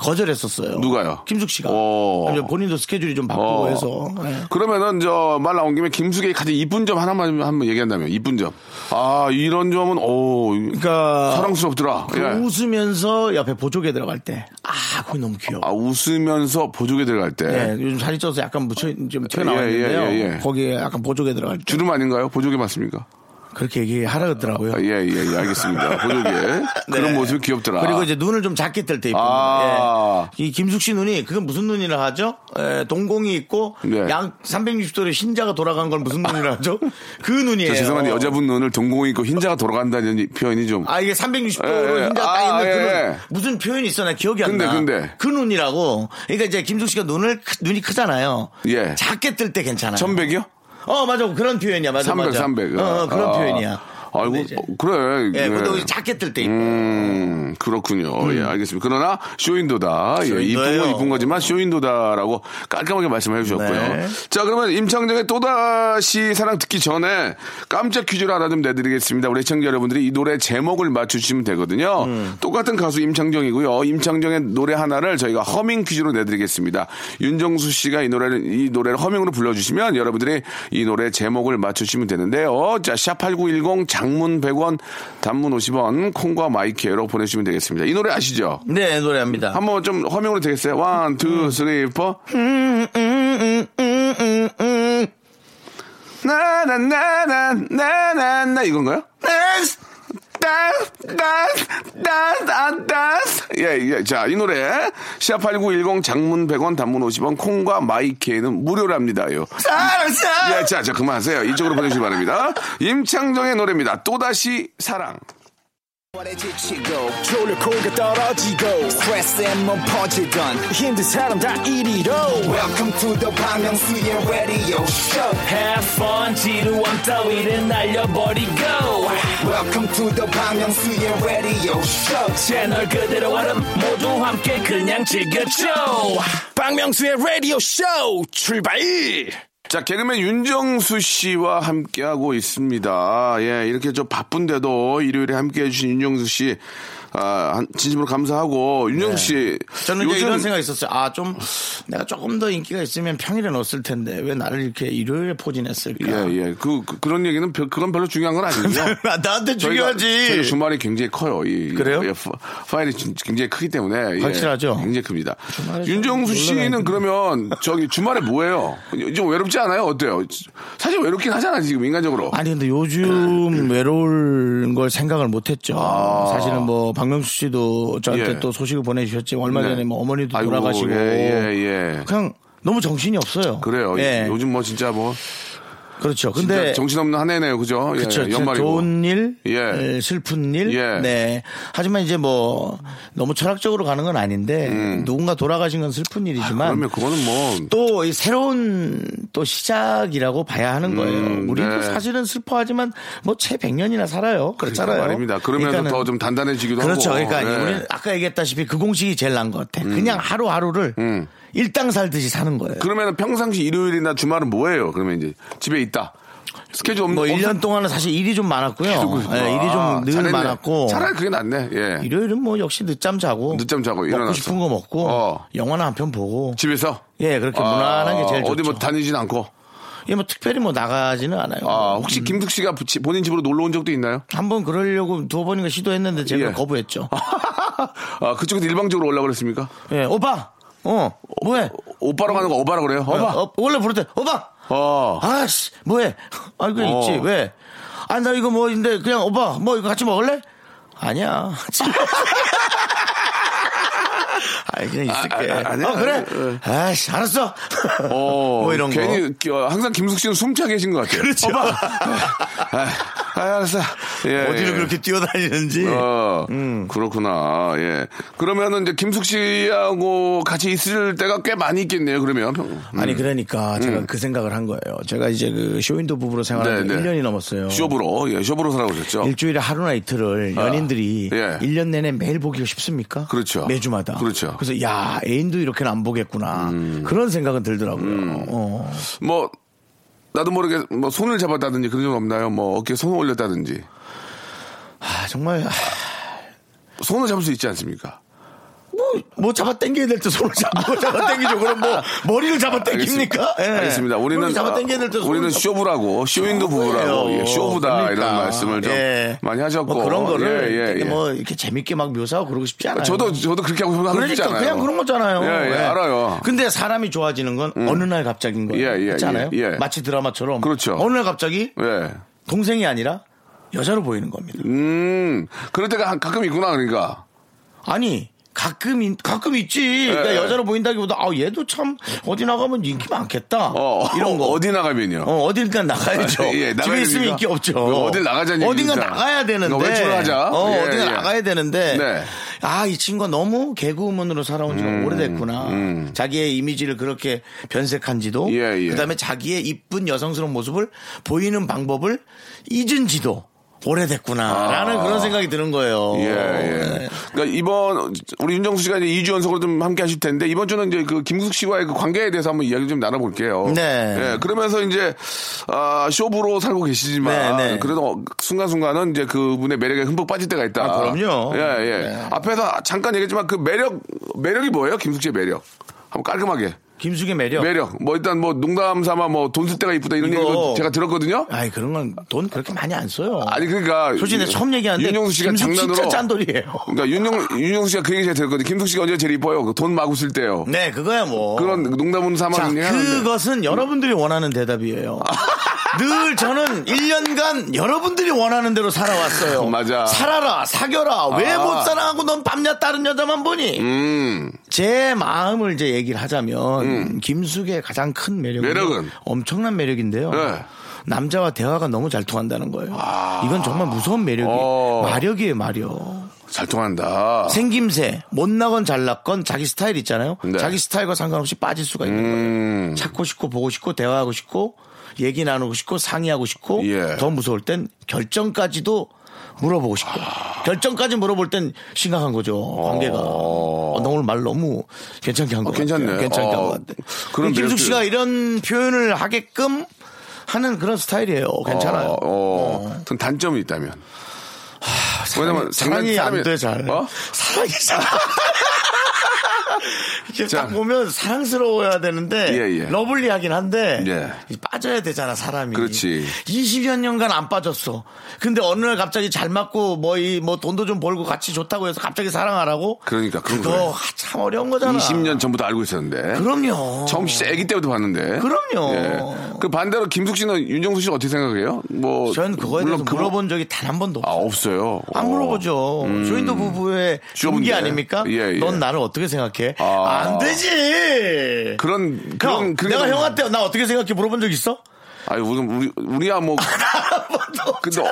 Speaker 1: 거절했었어요.
Speaker 2: 아. 누가요?
Speaker 1: 김숙 씨가.
Speaker 2: 오.
Speaker 1: 아니, 본인도 스케줄이 좀 바쁘고
Speaker 2: 어.
Speaker 1: 해서. 네.
Speaker 2: 그러면은 저 말 나온 김에 김숙의 가장 이쁜 점 하나만 한번 얘기한다면 이쁜 점. 아 이런 점은 오
Speaker 1: 그러니까
Speaker 2: 사랑스럽더라.
Speaker 1: 그
Speaker 2: 예.
Speaker 1: 웃으면서 옆에 보조개 들어갈 때. 아, 그게 너무 귀여워.
Speaker 2: 아 웃으면서 보조개 들어갈 때
Speaker 1: 네, 요즘 살이 쪄서 약간 묻혀 좀 튀어나왔는데요.
Speaker 2: 예, 예, 예.
Speaker 1: 거기에 약간 보조개 들어갈 때
Speaker 2: 주름 아닌가요? 보조개 맞습니까?
Speaker 1: 그렇게 얘기하라 그러더라고요.
Speaker 2: 아, 예, 예, 예, 알겠습니다. 보조개. 그런 모습이 귀엽더라.
Speaker 1: 네. 그리고 이제 눈을 좀 작게 뜰 때 이쁜
Speaker 2: 아.
Speaker 1: 거. 예. 이 김숙 씨 눈이 그건 무슨 눈이라 하죠? 예, 동공이 있고
Speaker 2: 네.
Speaker 1: 양 360도로 흰자가 돌아간 걸 무슨 눈이라 하죠? 그 눈이에요.
Speaker 2: 저 죄송한데 여자분 눈을 동공 있고 흰자가 돌아간다는 이- 표현이 좀.
Speaker 1: 아 이게 360도
Speaker 2: 예, 예.
Speaker 1: 로 흰자 가
Speaker 2: 아,
Speaker 1: 딱 있는
Speaker 2: 예,
Speaker 1: 그
Speaker 2: 예.
Speaker 1: 눈. 무슨 표현이 있었나 기억이 안
Speaker 2: 근데,
Speaker 1: 나.
Speaker 2: 근데.
Speaker 1: 그 눈이라고. 그러니까 이제 김숙 씨가 눈을 크- 눈이 크잖아요.
Speaker 2: 예.
Speaker 1: 작게 뜰 때 괜찮아요.
Speaker 2: 천백이요?
Speaker 1: 어 맞아 그런 표현이야 맞아
Speaker 2: 300,
Speaker 1: 맞아.
Speaker 2: 300.
Speaker 1: 어, 어, 그런
Speaker 2: 아.
Speaker 1: 표현이야.
Speaker 2: 아이고
Speaker 1: 근데 이제-
Speaker 2: 어, 그래.
Speaker 1: 예,
Speaker 2: 예.
Speaker 1: 근데 우리 작게 뜰 때. 입고.
Speaker 2: 음, 그렇군요. 예, 알겠습니다. 그러나 쇼인도다. 예, 이쁜
Speaker 1: 쇼인도예요.
Speaker 2: 건 이쁜 거지만 쇼인도다라고 깔끔하게 말씀해 주셨고요.
Speaker 1: 네.
Speaker 2: 자, 그러면 임창정의 또다시 사랑 듣기 전에 깜짝 퀴즈를 하나 좀 내드리겠습니다. 우리 시청자 여러분들이 이 노래 제목을 맞추시면 되거든요. 똑같은 가수 임창정이고요. 임창정의 노래 하나를 저희가 허밍 퀴즈로 내드리겠습니다. 윤정수 씨가 이 노래를, 이 노래를 허밍으로 불러주시면 여러분들이 이 노래 제목을 맞추시면 되는데요. 자, 샵8910 장문 100원, 단문 50원, 콩과 마이키에로 보내주시면 되겠습니다. 이 노래 아시죠?
Speaker 1: 네, 노래합니다.
Speaker 2: 한번 좀 허밍으로 되겠어요? 원, 투, 쓰리, 포. 음, 나나나나나나나 이건가요? 댄스 댄스 댄스 댄스 안 댄스 예예 자 이 노래 시아8910 장문 100원 단문 50원 콩과 마이케이는 무료랍니다요
Speaker 1: 사랑, 사랑.
Speaker 2: 예, 자, 자, 그만하세요. 이쪽으로 보내주시기 바랍니다. 임창정의 노래입니다. 또다시 사랑.
Speaker 4: 졸려 코가 떨어지고 스트레스에 몸 퍼지던 힘든 사람 다 이리로 Welcome to the 방명수의 radio show
Speaker 5: Have fun 지루함 따위를 날려버리고
Speaker 4: Welcome to the 방명수의 radio show
Speaker 5: 채널 그대로 얼음 모두 함께 그냥 즐겨줘
Speaker 4: 방명수의 radio show 출발
Speaker 2: 자, 개그맨 윤정수 씨와 함께하고 있습니다. 예, 이렇게 좀 바쁜데도 일요일에 함께 해주신 윤정수 씨, 아, 한- 진심으로 감사하고, 윤정수 씨.
Speaker 1: 네. 저는 이제 이런 생각이 있었어요. 아, 좀 내가 조금 더 인기가 있으면 평일에 넣었을 텐데 왜 나를 이렇게 일요일에 포진했을까?
Speaker 2: 예, 예. 그, 그- 그런 얘기는, 별- 그건 별로 중요한 건 아니죠.
Speaker 1: 나- 나한테
Speaker 2: 저희가-
Speaker 1: 중요하지.
Speaker 2: 저희 주말이 굉장히 커요. 이,
Speaker 1: 그래요?
Speaker 2: 예, 파- 파일이 진- 굉장히 크기 때문에. 예,
Speaker 1: 확실하죠?
Speaker 2: 굉장히 큽니다.
Speaker 1: 주말에 좀
Speaker 2: 윤정수
Speaker 1: 놀러 가야
Speaker 2: 씨는
Speaker 1: 되는데.
Speaker 2: 그러면 저기 주말에 뭐예요? 좀 외롭지 않아요? 어때요? 사실 외롭긴 하잖아, 지금 인간적으로.
Speaker 1: 아니 근데
Speaker 2: 네.
Speaker 1: 요즘 외로울 걸 생각을 못했죠. 사실은 뭐 박명수 씨도 저한테
Speaker 2: 아. 예.
Speaker 1: 또 소식을 보내주셨지만 얼마
Speaker 2: 네.
Speaker 1: 전에 뭐 어머니도
Speaker 2: 아이고,
Speaker 1: 돌아가시고
Speaker 2: 예, 예, 예.
Speaker 1: 그냥 너무 정신이 없어요.
Speaker 2: 그래요.
Speaker 1: 예.
Speaker 2: 요즘 뭐 진짜 뭐
Speaker 1: 그렇죠.
Speaker 2: 진짜
Speaker 1: 근데
Speaker 2: 정신없는 한 해네요. 그죠? 예,
Speaker 1: 그렇죠.
Speaker 2: 연말이고.
Speaker 1: 좋은 일,
Speaker 2: 예.
Speaker 1: 에, 슬픈 일.
Speaker 2: 예.
Speaker 1: 네. 하지만 이제 뭐 너무 철학적으로 가는 건 아닌데 누군가 돌아가신 건 슬픈 일이지만
Speaker 2: 음. 그러면 그거는 뭐
Speaker 1: 또 이 새로운 또 시작이라고 봐야 하는 거예요.
Speaker 2: 음,
Speaker 1: 우리도
Speaker 2: 네. 그러니까
Speaker 1: 사실은 슬퍼하지만 뭐채 100년이나 살아요. 그렇잖아요.
Speaker 2: 말입니다. 그러면서
Speaker 1: 그러니까는-
Speaker 2: 더 좀 단단해지기도
Speaker 1: 그렇죠.
Speaker 2: 하고.
Speaker 1: 그러니까
Speaker 2: 예.
Speaker 1: 우리는 아까 얘기했다시피 그 공식이 제일 난 것 같아. 그냥 하루하루를 일당 살듯이 사는 거예요.
Speaker 2: 음. 그러면은 평상시 일요일이나 주말은 뭐예요? 그러면 이제 집에 있다. 스케줄 없는
Speaker 1: 뭐 일 년
Speaker 2: 없는-
Speaker 1: 동안은 사실 일이 좀 많았고요.
Speaker 2: 그래도-
Speaker 1: 예, 일이 좀
Speaker 2: 아,
Speaker 1: 늘
Speaker 2: 잘했네.
Speaker 1: 많았고.
Speaker 2: 차라리 그게 낫네. 예.
Speaker 1: 일요일은 뭐 역시 늦잠 자고
Speaker 2: 늦잠 자고
Speaker 1: 먹고
Speaker 2: 일어나서.
Speaker 1: 싶은 거 먹고
Speaker 2: 어.
Speaker 1: 영화나 한 편 보고
Speaker 2: 집에서
Speaker 1: 예 그렇게
Speaker 2: 아,
Speaker 1: 무난한 게 제일 좋죠.
Speaker 2: 어디 뭐 다니진 않고.
Speaker 1: 예, 뭐 특별히 뭐 나가지는 않아요.
Speaker 2: 아,
Speaker 1: 음.
Speaker 2: 혹시 김숙 씨가 부- 지- 본인 집으로 놀러 온 적도 있나요?
Speaker 1: 한번 그러려고 두어 번인가 시도했는데 제가
Speaker 2: 예.
Speaker 1: 거부했죠.
Speaker 2: 아, 그쪽에서 일방적으로 올라 그랬습니까?
Speaker 1: 예 오빠 어 뭐해?
Speaker 2: 오빠로 가는 거 오바라 그래요? 오바.
Speaker 1: 어, 원래 부를 때 오빠
Speaker 2: 어.
Speaker 1: 아씨 뭐해? 아 이거
Speaker 2: 어.
Speaker 1: 있지 왜? 아 나 이거 뭐인데 그냥 오빠 뭐 이거 같이 먹을래? 아니야. 아 그냥 있을게.
Speaker 2: 아, 아, 아니야.
Speaker 1: 어, 그래? 아씨 알았어.
Speaker 2: 어,
Speaker 1: 뭐 이런 거.
Speaker 2: 괜히 어, 항상 김숙 씨는 숨차 계신 것 같아요.
Speaker 1: 그렇죠.
Speaker 2: 오빠. 아, 아, 알았어. 예,
Speaker 1: 어디로
Speaker 2: 예.
Speaker 1: 그렇게 음. 뛰어다니는지.
Speaker 2: 어, 그렇구나. 예. 그러면은 이제 김숙 씨하고 같이 있을 때가 꽤 많이 있겠네요. 그러면 음.
Speaker 1: 아니 그러니까 제가 그 생각을 한 거예요. 제가 이제 그 쇼윈도 부부로 생활한 지
Speaker 2: 네, 네.
Speaker 1: 1년이 넘었어요.
Speaker 2: 쇼부로 예, 쇼부로 살아오셨죠.
Speaker 1: 일주일에 하루나 이틀을 연인들이
Speaker 2: 예.
Speaker 1: 1년 내내 매일 보기가 쉽습니까?
Speaker 2: 그렇죠.
Speaker 1: 매주마다.
Speaker 2: 그렇죠. 음.
Speaker 1: 래서야 애인도 이렇게는 안 보겠구나. 그런 생각은 들더라고요. 어.
Speaker 2: 뭐 나도 모르게 뭐 손을 잡았다든지 그런 적 없나요? 뭐 어깨 에 손을 올렸다든지
Speaker 1: 아 정말 아,
Speaker 2: 손을 잡을 수 있지 않습니까?
Speaker 1: 뭐, 뭐 잡아 당겨야 될 때 손을 잡고 잡아 당기죠. 그럼 뭐 머리를 잡아 당깁니까? 예.
Speaker 2: 알겠습니다. 알겠습니다. 우리는
Speaker 1: 잡아 당겨야 될때
Speaker 2: 아, 우리는 쇼부라고 쇼윈도 부부라고 예, 쇼부다 이런 말씀을 좀 많이 하셨고
Speaker 1: 그러니까. 뭐 그런 거를
Speaker 2: 예,
Speaker 1: 되게
Speaker 2: 예, 예.
Speaker 1: 뭐 이렇게 재밌게 막 묘사하고 그러고 싶지 않아요.
Speaker 2: 저도 저도 그렇게 하고 싶어서
Speaker 1: 그러니까
Speaker 2: 싶잖아요.
Speaker 1: 그냥 그런 거잖아요.
Speaker 2: 예, 예, 알아요. 음.
Speaker 1: 근데 사람이 좋아지는 건 어느 날 갑자기인 거예요.
Speaker 2: 예, 예,
Speaker 1: 그렇지 않아요?
Speaker 2: 예, 예.
Speaker 1: 마치 드라마처럼.
Speaker 2: 그렇죠.
Speaker 1: 어느 날 갑자기
Speaker 2: 예.
Speaker 1: 동생이 아니라 여자로 보이는 겁니다.
Speaker 2: 음, 그럴 때가 한- 가끔 있구나, 그러니까.
Speaker 1: 아니 가끔 있- 가끔 있지. 그러니까
Speaker 2: 예.
Speaker 1: 여자로 보인다기보다 아 얘도 참 어디 나가면 인기 많겠다.
Speaker 2: 어,
Speaker 1: 이런 거.
Speaker 2: 어디 나가면요?
Speaker 1: 어, 어딜까 나가야죠.
Speaker 2: 아, 예, 나가야
Speaker 1: 집에 있으면
Speaker 2: 됩니까?
Speaker 1: 인기 없죠.
Speaker 2: 그럼 어딜 나가자는
Speaker 1: 어딘가
Speaker 2: 얘기니까.
Speaker 1: 나가야 되는데.
Speaker 2: 그러니까 외출을 하자.
Speaker 1: 어,
Speaker 2: 예,
Speaker 1: 어딘가
Speaker 2: 예.
Speaker 1: 나가야 되는데.
Speaker 2: 네. 음,
Speaker 1: 아, 이 친구가 너무 개그우먼으로 살아온 지가 오래됐구나. 자기의 이미지를 그렇게 변색한 지도.
Speaker 2: 예, 예.
Speaker 1: 그 다음에 자기의 이쁜 여성스러운 모습을 보이는 방법을 잊은 지도. 오래됐구나라는
Speaker 2: 아.
Speaker 1: 그런 생각이 드는 거예요.
Speaker 2: 예, 예.
Speaker 1: 네.
Speaker 2: 그러니까 이번 우리 윤정수 씨가 이제 2주 연속으로 좀 함께 하실 텐데 이번 주는 이제 그 김숙 씨와의 그 관계에 대해서 한번 이야기 좀 나눠볼게요.
Speaker 1: 네.
Speaker 2: 예, 그러면서 이제 아, 쇼부로 살고 계시지만
Speaker 1: 네, 네.
Speaker 2: 그래도 순간순간은 이제 그분의 매력에 흠뻑 빠질 때가 있다.
Speaker 1: 아, 그럼요.
Speaker 2: 예, 예.
Speaker 1: 네.
Speaker 2: 앞에서 잠깐 얘기했지만 그 매력 매력이 뭐예요? 김숙 씨의 매력. 한번 깔끔하게.
Speaker 1: 김숙의 매력.
Speaker 2: 매력. 뭐 일단 뭐 농담 삼아 뭐 돈 쓸 때가 이쁘다 이런
Speaker 1: 이거-
Speaker 2: 얘기도 제가 들었거든요.
Speaker 1: 아이 그런 건 돈 그렇게 많이 안 써요.
Speaker 2: 아니 그러니까
Speaker 1: 솔직히 내가 처음 얘기하는데
Speaker 2: 윤영수 씨가
Speaker 1: 김숙
Speaker 2: 장난으로
Speaker 1: 진짜 짠돌이에요.
Speaker 2: 그러니까 윤영 윤영수 씨가 그 얘기 제가 들었거든요. 김숙 씨가 언제 제일 이뻐요? 그돈 마구 쓸 때요.
Speaker 1: 네, 그거야 뭐.
Speaker 2: 그런 농담은 네.
Speaker 1: 자,
Speaker 2: 사망이긴 하는데.
Speaker 1: 그것은 여러분들이 원하는 대답이에요. 늘 저는 1년간 여러분들이 원하는 대로 살아왔어요.
Speaker 2: 맞아.
Speaker 1: 살아라, 사겨라. 왜
Speaker 2: 아.
Speaker 1: 못 사랑하고 넌 밤낮 다른 여자만 보니?
Speaker 2: 음.
Speaker 1: 제 마음을 이제 얘기를 하자면 김숙의 가장 큰 매력은,
Speaker 2: 매력은?
Speaker 1: 엄청난 매력인데요.
Speaker 2: 네. 아.
Speaker 1: 남자와 대화가 너무 잘 통한다는 거예요. 이건 정말 무서운 매력이
Speaker 2: 어.
Speaker 1: 마력이에요, 마력.
Speaker 2: 잘 통한다.
Speaker 1: 생김새 못나건 잘났건 자기 스타일 있잖아요.
Speaker 2: 네.
Speaker 1: 자기 스타일과 상관없이 빠질 수가 있는
Speaker 2: 음.
Speaker 1: 거예요. 찾고 싶고 보고 싶고 대화하고 싶고 얘기 나누고 싶고 상의하고 싶고
Speaker 2: 예.
Speaker 1: 더 무서울 땐 결정까지도 물어보고 싶고
Speaker 2: 아.
Speaker 1: 결정까지 물어볼 땐 심각한 거죠 관계가 어, 나 오늘 말 너무 괜찮게 한것
Speaker 2: 괜찮네.
Speaker 1: 같아요 괜찮게
Speaker 2: 어,
Speaker 1: 한것 같아 그런
Speaker 2: 그런 매력도-
Speaker 1: 김숙 씨가 이런 표현을 하게끔 하는 그런 스타일이에요 괜찮아요
Speaker 2: 어, 어. 그럼 단점이 있다면. 왜냐면
Speaker 1: 사랑이
Speaker 2: 장난-
Speaker 1: 안 돼
Speaker 2: 사람이-
Speaker 1: 잘.
Speaker 2: 어?
Speaker 1: 사랑이 잘. 이게
Speaker 2: 자.
Speaker 1: 딱 보면 사랑스러워야 되는데
Speaker 2: 예, 예.
Speaker 1: 러블리하긴 한데
Speaker 2: 예.
Speaker 1: 빠져야 되잖아 사람이.
Speaker 2: 그렇지.
Speaker 1: 20여 년간 안 빠졌어. 근데 어느 날 갑자기 잘 맞고 뭐 이 뭐 돈도 좀 벌고 같이 좋다고 해서 갑자기 사랑하라고.
Speaker 2: 그러니까, 그런 거예요.
Speaker 1: 그거 참 어려운 거잖아.
Speaker 2: 20년 전부터 알고 있었는데.
Speaker 1: 그럼요.
Speaker 2: 처음 진짜 아기 때부터 봤는데.
Speaker 1: 그럼요.
Speaker 2: 예. 그 반대로 김숙 씨는 윤정수 씨는 어떻게 생각해요? 뭐.
Speaker 1: 전 그거에 대해서
Speaker 2: 물론 그거-
Speaker 1: 물어본 적이 단 한 번도
Speaker 2: 아,
Speaker 1: 없어요.
Speaker 2: 없어요.
Speaker 1: 안 물어보죠. 조인도 부부의
Speaker 2: 주어문제.
Speaker 1: 중기 아닙니까?
Speaker 2: 예, 예.
Speaker 1: 넌 나를 어떻게 생각해?
Speaker 2: 아.
Speaker 1: 안 되지.
Speaker 2: 그런 그런
Speaker 1: 형,
Speaker 2: 그런
Speaker 1: 내가
Speaker 2: 게-
Speaker 1: 형한테 나 어떻게 생각해 물어본 적 있어?
Speaker 2: 아니 우리 우리 우리야 뭐 근데 어,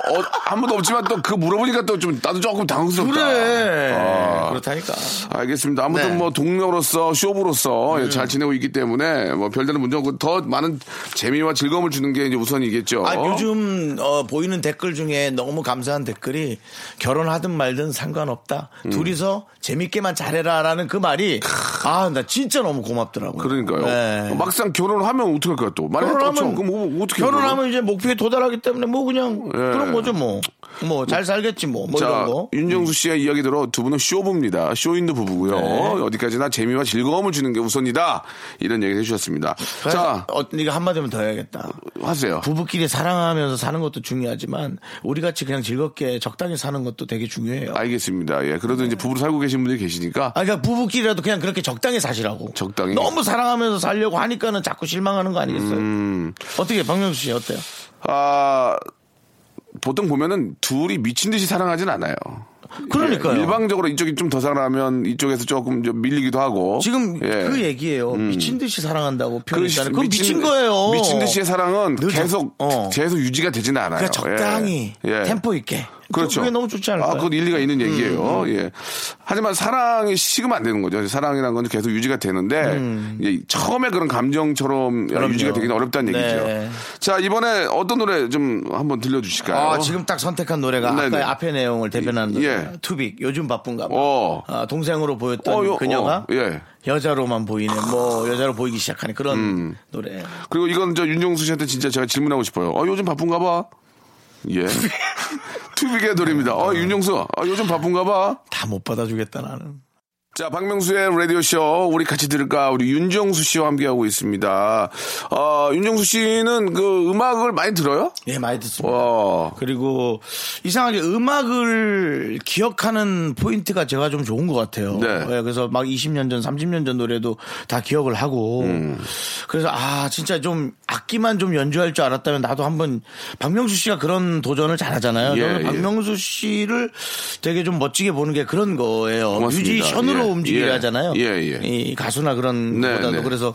Speaker 2: 아무도 없지만 또 그 물어보니까 또 좀 나도 조금 당황스럽다.
Speaker 1: 그래.
Speaker 2: 그러니까. 아.
Speaker 1: 그렇다니까.
Speaker 2: 알겠습니다. 아무튼
Speaker 1: 네. 음.
Speaker 2: 뭐 동료로서 쇼부로서 예, 잘 지내고 있기 때문에 뭐 별다른 문제 없고 더 많은 재미와 즐거움을 주는 게 이제 우선이겠죠.
Speaker 1: 아, 요즘 어, 보이는 댓글 중에 너무 감사한 댓글이 결혼하든 말든 상관없다.
Speaker 2: 음.
Speaker 1: 둘이서 재밌게만 잘해라라는 그 말이 아, 나 진짜 너무 고맙더라고요.
Speaker 2: 그러니까요.
Speaker 1: 네.
Speaker 2: 막상 결혼하면 어떻게 할까 또? 만약에 또
Speaker 1: 결혼하면
Speaker 2: 그럼 뭐 어떻게 예.
Speaker 1: 결혼하면 이제 목표에 도달하기 때문에 뭐 그냥 그런 거죠 뭐 뭐 잘 살겠지 뭐 뭐
Speaker 2: 자,
Speaker 1: 이런 거.
Speaker 2: 윤정수 씨의 이야기대로 두 분은 쇼부입니다. 쇼인도 부부고요.
Speaker 1: 네.
Speaker 2: 어디까지나 재미와 즐거움을 주는 게 우선이다. 이런 얘기를 해주셨습니다.
Speaker 1: 자,
Speaker 2: 자,
Speaker 1: 어, 이거 한마디만 더 해야겠다.
Speaker 2: 하세요.
Speaker 1: 부부끼리 사랑하면서 사는 것도 중요하지만 우리 같이 그냥 즐겁게 적당히 사는 것도 되게 중요해요. 아,
Speaker 2: 알겠습니다. 예. 그래도 이제 부부로 살고 계신 분들이 계시니까
Speaker 1: 그러니까 부부끼리라도 그냥 그렇게 적당히 사시라고.
Speaker 2: 적당히.
Speaker 1: 너무 사랑하면서 살려고 하니까는 자꾸 실망하는 거 아니겠어요?
Speaker 2: 음.
Speaker 1: 어떻게 박명수 씨 어때요?
Speaker 2: 아 보통 보면은 둘이 미친 듯이 사랑하진 않아요.
Speaker 1: 그러니까요.
Speaker 2: 예, 일방적으로 이쪽이 좀 더 사랑하면 이쪽에서 조금 좀 밀리기도 하고.
Speaker 1: 지금
Speaker 2: 예.
Speaker 1: 그 얘기예요. 미친 듯이 사랑한다고 표현했잖아요.
Speaker 2: 시-
Speaker 1: 그건 미친, 거예요.
Speaker 2: 미친 듯이의 사랑은
Speaker 1: 늘 적-
Speaker 2: 계속
Speaker 1: 어.
Speaker 2: 계속 유지가 되지는 않아요.
Speaker 1: 그러니까 적당히
Speaker 2: 예. 예.
Speaker 1: 템포 있게.
Speaker 2: 그렇죠.
Speaker 1: 그게 너무 좋지
Speaker 2: 아,
Speaker 1: 않을까요? 음,
Speaker 2: 그건 일리가 있는 얘기예요. 예. 하지만 사랑이 식으면 안 되는 거죠. 사랑이란 건 계속 유지가 되는데 이제 처음에 그런 감정처럼
Speaker 1: 음. 그럼요.
Speaker 2: 유지가 되기는 어렵다는
Speaker 1: 네.
Speaker 2: 얘기죠. 자, 이번에 어떤 노래 좀 한번 들려주실까요?
Speaker 1: 아, 지금 딱 선택한 노래가
Speaker 2: 네네.
Speaker 1: 아까 앞의 내용을 대변하는
Speaker 2: 예.
Speaker 1: 노래. 투빅 요즘 바쁜가 봐.
Speaker 2: 어.
Speaker 1: 아, 동생으로 보였던
Speaker 2: 어, 요-
Speaker 1: 그녀가
Speaker 2: 어, 예.
Speaker 1: 여자로만 보이는 뭐 여자로 보이기 시작하는 그런
Speaker 2: 음.
Speaker 1: 노래.
Speaker 2: 그리고 이건 저 윤종수 씨한테 진짜 제가 질문하고 싶어요. 어, 요즘 바쁜가 봐. 예. 투빅의 노래입니다. 어,
Speaker 1: 네.
Speaker 2: 윤종수. 어, 요즘 바쁜가 봐.
Speaker 1: 다 못 받아주겠다 나는.
Speaker 2: 자, 박명수의 라디오쇼, 우리 같이 들을까? 우리 윤정수 씨와 함께하고 있습니다. 어, 윤정수 씨는 그 음악을 많이 들어요? 어,
Speaker 1: 예 많이 듣습니다.
Speaker 2: 와.
Speaker 1: 그리고 이상하게 음악을 기억하는 포인트가 제가 좀 좋은 것 같아요.
Speaker 2: 네.
Speaker 1: 예, 그래서 막 20년 전, 30년 전 노래도 다 기억을 하고
Speaker 2: 음.
Speaker 1: 그래서 아 진짜 좀 악기만 좀 연주할 줄 알았다면 나도 한번 박명수 씨가 그런 도전을 잘하잖아요.
Speaker 2: 예,
Speaker 1: 저는
Speaker 2: 예.
Speaker 1: 박명수 씨를 되게 좀 멋지게 보는 게 그런 거예요.
Speaker 2: 고맙습니다.
Speaker 1: 뮤지션으로 움직여야
Speaker 2: 예.
Speaker 1: 하잖아요.
Speaker 2: 예, 예.
Speaker 1: 이 가수나 그런
Speaker 2: 네,
Speaker 1: 보다도
Speaker 2: 네.
Speaker 1: 그래서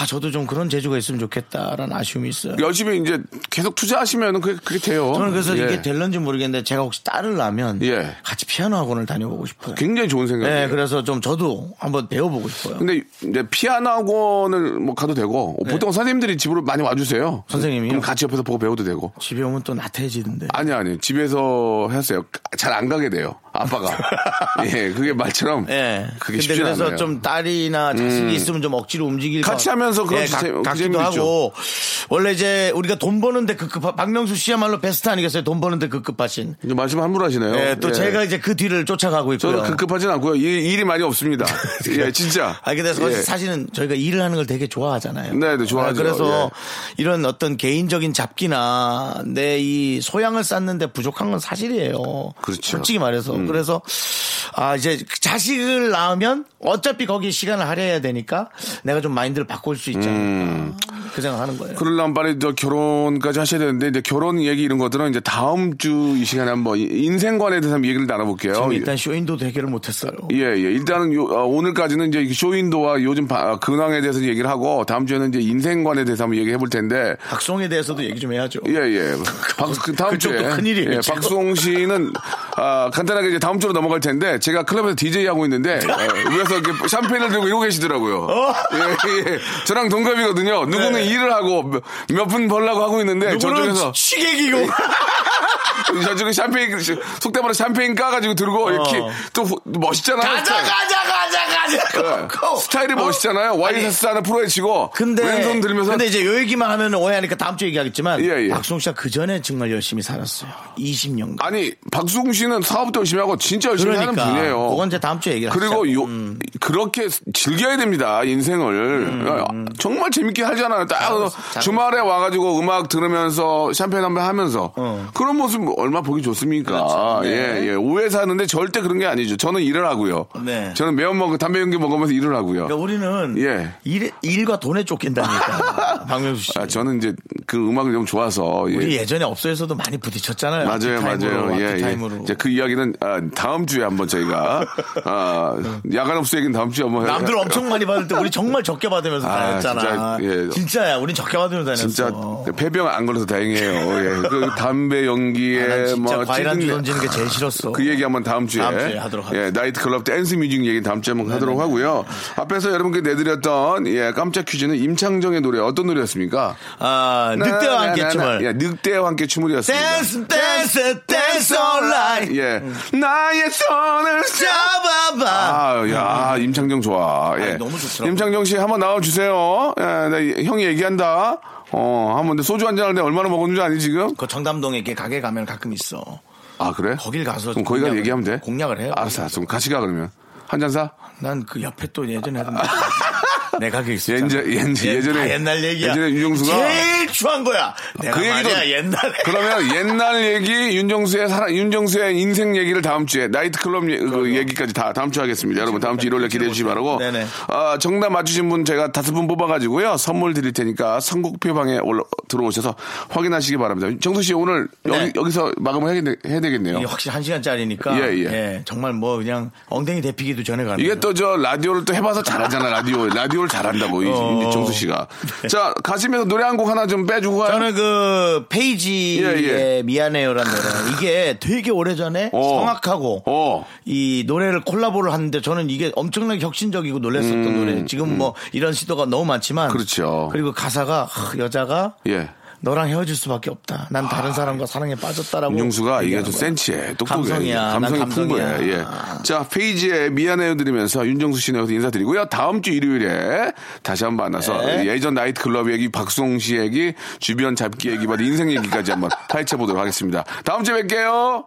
Speaker 1: 아 저도 좀 그런 재주가 있으면 좋겠다라는 아쉬움이 있어요.
Speaker 2: 열심히 이제 계속 투자하시면 그게, 그게 돼요.
Speaker 1: 저는 그래서
Speaker 2: 예.
Speaker 1: 이게 될런지 모르겠는데 제가 혹시 딸을 낳으면
Speaker 2: 예.
Speaker 1: 같이 피아노 학원을 다녀보고 싶어요.
Speaker 2: 굉장히 좋은 생각이에요.
Speaker 1: 네, 그래서 좀 저도 한번 배워보고 싶어요.
Speaker 2: 근데 이제 피아노 학원을 뭐 가도 되고 보통 선생님들이 집으로 많이 와주세요.
Speaker 1: 네. 선생님이요?
Speaker 2: 그럼 같이 옆에서 보고 배워도 되고.
Speaker 1: 집에 오면 또 나태해지던데.
Speaker 2: 아니 아니 집에서 했어요. 잘 안 가게 돼요. 아빠가. 예, 그게 말처럼.
Speaker 1: 예.
Speaker 2: 그게
Speaker 1: 근데
Speaker 2: 쉽지
Speaker 1: 그래서
Speaker 2: 않아요. 음.
Speaker 1: 좀 딸이나 자식이 있으면 좀 억지로 움직일
Speaker 2: 같이
Speaker 1: 것-
Speaker 2: 하면서 그런 재- 그
Speaker 1: 각, 기도
Speaker 2: 재미도
Speaker 1: 하고 원래 이제 우리가 돈 버는데 급급한 박명수 씨야말로 베스트 아니겠어요? 돈 버는데 급급하신.
Speaker 2: 이제 말씀 함부로 하시네요.
Speaker 1: 예, 또
Speaker 2: 예.
Speaker 1: 제가 이제 그 뒤를 쫓아가고 있고요.
Speaker 2: 저는 급급하진 않고요. 일, 일이 많이 없습니다. 예, 진짜.
Speaker 1: 아 근데 사실,
Speaker 2: 예.
Speaker 1: 사실은 저희가 일을 하는 걸 되게 좋아하잖아요.
Speaker 2: 네, 네, 좋아하죠.
Speaker 1: 그래서
Speaker 2: 예.
Speaker 1: 이런 어떤 개인적인 잡기나 내 이 소양을 쌓는데 부족한 건 사실이에요.
Speaker 2: 그렇죠.
Speaker 1: 솔직히 말해서 그래서 아 이제 자식을 낳으면 어차피 거기 시간을 할애해야 되니까 내가 좀 마인드를 바꿀 수 있지 않을까 그 생각하는 거예요.
Speaker 2: 음. 그러려면 빨리 저 결혼까지 하셔야 되는데 이제 결혼 얘기 이런 것들은 이제 다음 주 이 시간에 한번 이- 인생관에 대해서 한번 얘기를 나눠볼게요.
Speaker 1: 지금 일단 쇼인도도 해결을 못했어요.
Speaker 2: 예, 예. 일단은 요- 어, 오늘까지는 이제 이 쇼윈도와 요즘 바- 아, 근황에 대해서 얘기를 하고 다음 주에는 이제 인생관에 대해서 한번 얘기해 볼 텐데
Speaker 1: 박송에 대해서도 얘기 좀 해야죠.
Speaker 2: 예, 예. 박, 그 다음
Speaker 1: 그쪽도
Speaker 2: 주에.
Speaker 1: 큰일이에요,
Speaker 2: 예,
Speaker 1: 지금.
Speaker 2: 박수홍 씨는, 아, 간단하게 이제 다음 주로 넘어갈 텐데, 제가 클럽에서 DJ 하고 있는데, 어, 위에서 이렇게 샴페인을 들고 이러고 계시더라고요.
Speaker 1: 어?
Speaker 2: 예, 예. 저랑 동갑이거든요. 누구는 일을 하고 몇 분 벌라고 하고 있는데,
Speaker 1: 네. 누구는
Speaker 2: 저쪽에서,
Speaker 1: 취객이고
Speaker 2: 저쪽에 샴페인, 속담으로 샴페인 까가지고 들고, 이렇게 또 호- 멋있잖아요.
Speaker 1: 어. 가자
Speaker 2: 스타일.
Speaker 1: 가자 가자 가자.
Speaker 2: 예. 스타일이 멋있잖아요. 와이셔츠 하나 프로에 치고,
Speaker 1: 근데
Speaker 2: 왼손 들면서.
Speaker 1: 근데 이제 요 얘기만 하면 오해하니까 다음 주에 얘기하겠지만
Speaker 2: 예, 예.
Speaker 1: 박수홍 씨가 그 전에 정말 열심히 살았어요. 20년간.
Speaker 2: 아니, 박수홍 씨는 사업도 열심히 하고, 진짜 열심히
Speaker 1: 그러니까
Speaker 2: 하는 분이에요.
Speaker 1: 그건 이제 다음 주에 얘기를
Speaker 2: 그리고
Speaker 1: 하자.
Speaker 2: 요, 그렇게 즐겨야 됩니다 인생을
Speaker 1: 음,
Speaker 2: 야, 정말 재밌게 하잖아요 딱 주말에 와가지고 음악 들으면서 샴페인 한 번 하면서 그런 모습 얼마 보기 좋습니까
Speaker 1: 어. 그렇죠. 네.
Speaker 2: 예예 오해서 하는데 절대 그런 게 아니죠 저는 일을 하고요
Speaker 1: 네.
Speaker 2: 저는 매운 먹고 담배 연기 먹으면서 일을 하고요
Speaker 1: 그러니까 우리는
Speaker 2: 예.
Speaker 1: 일, 일과 돈에 쫓긴다니까. 박명수 씨.
Speaker 2: 아, 저는 이제 그 음악이 너무 좋아서 예.
Speaker 1: 우리 예전에 업소에서도 많이 부딪혔잖아요.
Speaker 2: 맞아요,
Speaker 1: 그 타임으로,
Speaker 2: 맞아요. 예, 예.
Speaker 1: 타임으로.
Speaker 2: 이제 그 이야기는 아, 다음 주에 한번 저희가 아, 야간 업소 얘기는 다음 주에 한번 해-
Speaker 1: 남들 엄청 많이 받을 때 우리 정말 적게 받으면서
Speaker 2: 아,
Speaker 1: 다녔잖아.
Speaker 2: 진짜, 예.
Speaker 1: 야 우린 적게 받으면서 다녔어.
Speaker 2: 진짜 폐병 안 걸려서 다행이에요. 예. 그 담배 연기에
Speaker 1: 아, 난 진짜
Speaker 2: 뭐
Speaker 1: 과일 한주
Speaker 2: 찌든-
Speaker 1: 던지는 게 제일 싫었어.
Speaker 2: 그 얘기 한번 다음 주에,
Speaker 1: 다음 주에 하도록 하겠습니다.
Speaker 2: 예, 나이트클럽 댄스 뮤직 얘기 다음 주에 한번 하도록 하고요. 앞에서 여러분께 내드렸던 예, 깜짝 퀴즈는 임창정의 노래 어떤 노래였습니까?
Speaker 1: 아, 늑대와 함께 춤을.
Speaker 2: 예, 늑대와 함께 춤을이었습니다.
Speaker 1: 댄스 댄스 댄스 온라인
Speaker 2: 예, 나의 손을
Speaker 1: 잡아봐 음,
Speaker 2: 아, 야, 임창정 좋아. 예.
Speaker 1: 너무 좋더라고요.
Speaker 2: 임창정 씨 한번 나와 주세요. 예, 나 이- 형이 얘기한다. 어, 한번 근데 소주 한잔 하는데 얼마나 먹었는지 아니 지금?
Speaker 1: 그 청담동에 이렇게 가게 가면 가끔 있어
Speaker 2: 아 그래?
Speaker 1: 거길 가서
Speaker 2: 그럼 거기가
Speaker 1: 공략을-
Speaker 2: 얘기하면 돼?
Speaker 1: 공략을 해요.
Speaker 2: 알았어, 알았어. 그럼 같이 가 그러면 한 잔 사.
Speaker 1: 난 그 옆에 또 예전에 하던 내 가게 있었잖아
Speaker 2: 옛제- 옛제-
Speaker 1: 예,
Speaker 2: 예전에-
Speaker 1: 다 옛날 얘기야
Speaker 2: 예전에 윤정수가-
Speaker 1: 제일 추한 거야 내가
Speaker 2: 그 얘기도-
Speaker 1: 말이야 옛날에
Speaker 2: 그러면 옛날 얘기, 윤정수의 사랑, 윤정수의 인생 얘기를 다음 주에 나이트클럽 예- 그 얘기까지 다 다음 주에 하겠습니다. 여러분 다음 주 일요일에 기대해 주시기 바라고.
Speaker 1: 그렇죠. 네네.
Speaker 2: 아, 정답 맞추신 분 제가 다섯 분 뽑아가지고요 선물 드릴 테니까 선곡표 방에 올라 들어오셔서 확인하시기 바랍니다. 정수 씨 오늘
Speaker 1: 네.
Speaker 2: 여기, 서 마감을 해야, 되- 해야 되겠네요.
Speaker 1: 이게 확실히 한 시간짜리니까
Speaker 2: 예, 예.
Speaker 1: 정말 뭐 그냥 엉덩이 데피기도 전에 가는
Speaker 2: 이게 또 저 라디오를 또 해봐서 잘하잖아 라디오 라디오를 잘한다고 이- 이
Speaker 1: 어.
Speaker 2: 정수 씨가 자 가시면서 노래 한 곡 하나 좀 빼주고 가요.
Speaker 1: 저는 그 페이지의
Speaker 2: 예, 예.
Speaker 1: 미안해요라는 노래 이게 되게 오래전에
Speaker 2: 어.
Speaker 1: 성악하고
Speaker 2: 어.
Speaker 1: 이 노래를 콜라보를 하는데 저는 이게 엄청나게 혁신적이고 놀랐었던 노래 지금 뭐 이런 시도가 너무 많지만
Speaker 2: 음, 그렇죠.
Speaker 1: 그리고 가사가 하, 여자가
Speaker 2: 예.
Speaker 1: 너랑 헤어질 수밖에 없다 난 다른 사람과 사랑에 빠졌다라고
Speaker 2: 윤정수가 이게
Speaker 1: 얘기하는
Speaker 2: 좀
Speaker 1: 거야.
Speaker 2: 센치해. 똑똑해.
Speaker 1: 감성이야
Speaker 2: 감성이
Speaker 1: 난 감성이야
Speaker 2: 풍부해. 예. 자, 페이지에 미안해요 드리면서 윤정수 씨는 여기서 인사드리고요. 다음 주 일요일에 다시 한번 만나서
Speaker 1: 네.
Speaker 2: 예전 나이트클럽 얘기, 박송 씨 얘기, 주변 잡기 얘기, 뭐 인생 얘기까지 한번 파헤쳐 보도록 하겠습니다. 다음 주에 뵐게요.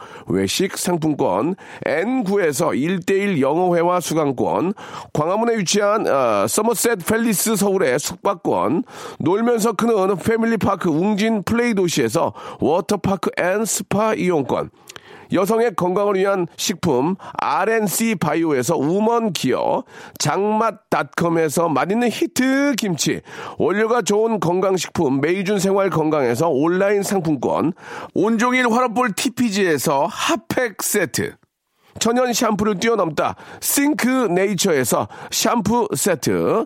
Speaker 2: 외식 상품권, N9에서 1대1 영어회화 수강권, 광화문에 위치한 어, 서머셋 팰리스 서울의 숙박권, 놀면서 크는 패밀리파크 웅진 플레이 도시에서 워터파크 앤 스파 이용권, 여성의 건강을 위한 식품 RNC 바이오에서 우먼 기어 장맛닷컴에서 맛있는 히트 김치 원료가 좋은 건강식품 메이준 생활 건강에서 온라인 상품권 온종일 화롯볼 TPG에서 핫팩 세트 천연 샴푸를 뛰어넘다 싱크 네이처에서 샴푸 세트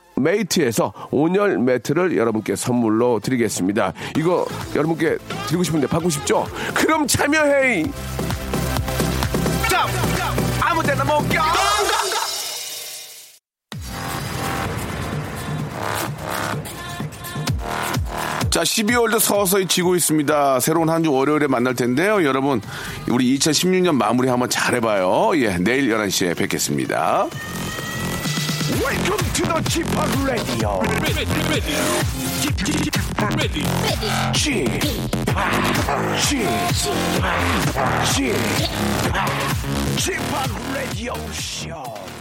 Speaker 2: 메이트에서 온열 매트를 여러분께 선물로 드리겠습니다. 이거 여러분께 드리고 싶은데 받고 싶죠? 그럼 참여해! 아무 데나 못 껴!
Speaker 6: 자, 12월도 서서히 지고 있습니다. 새로운 한 주 월요일에 만날 텐데요. 여러분, 우리 2016년 마무리 한번 잘해봐요. 예, 내일 11시에 뵙겠습니다.
Speaker 7: Welcome to the Chip Radio. Chip Radio Show.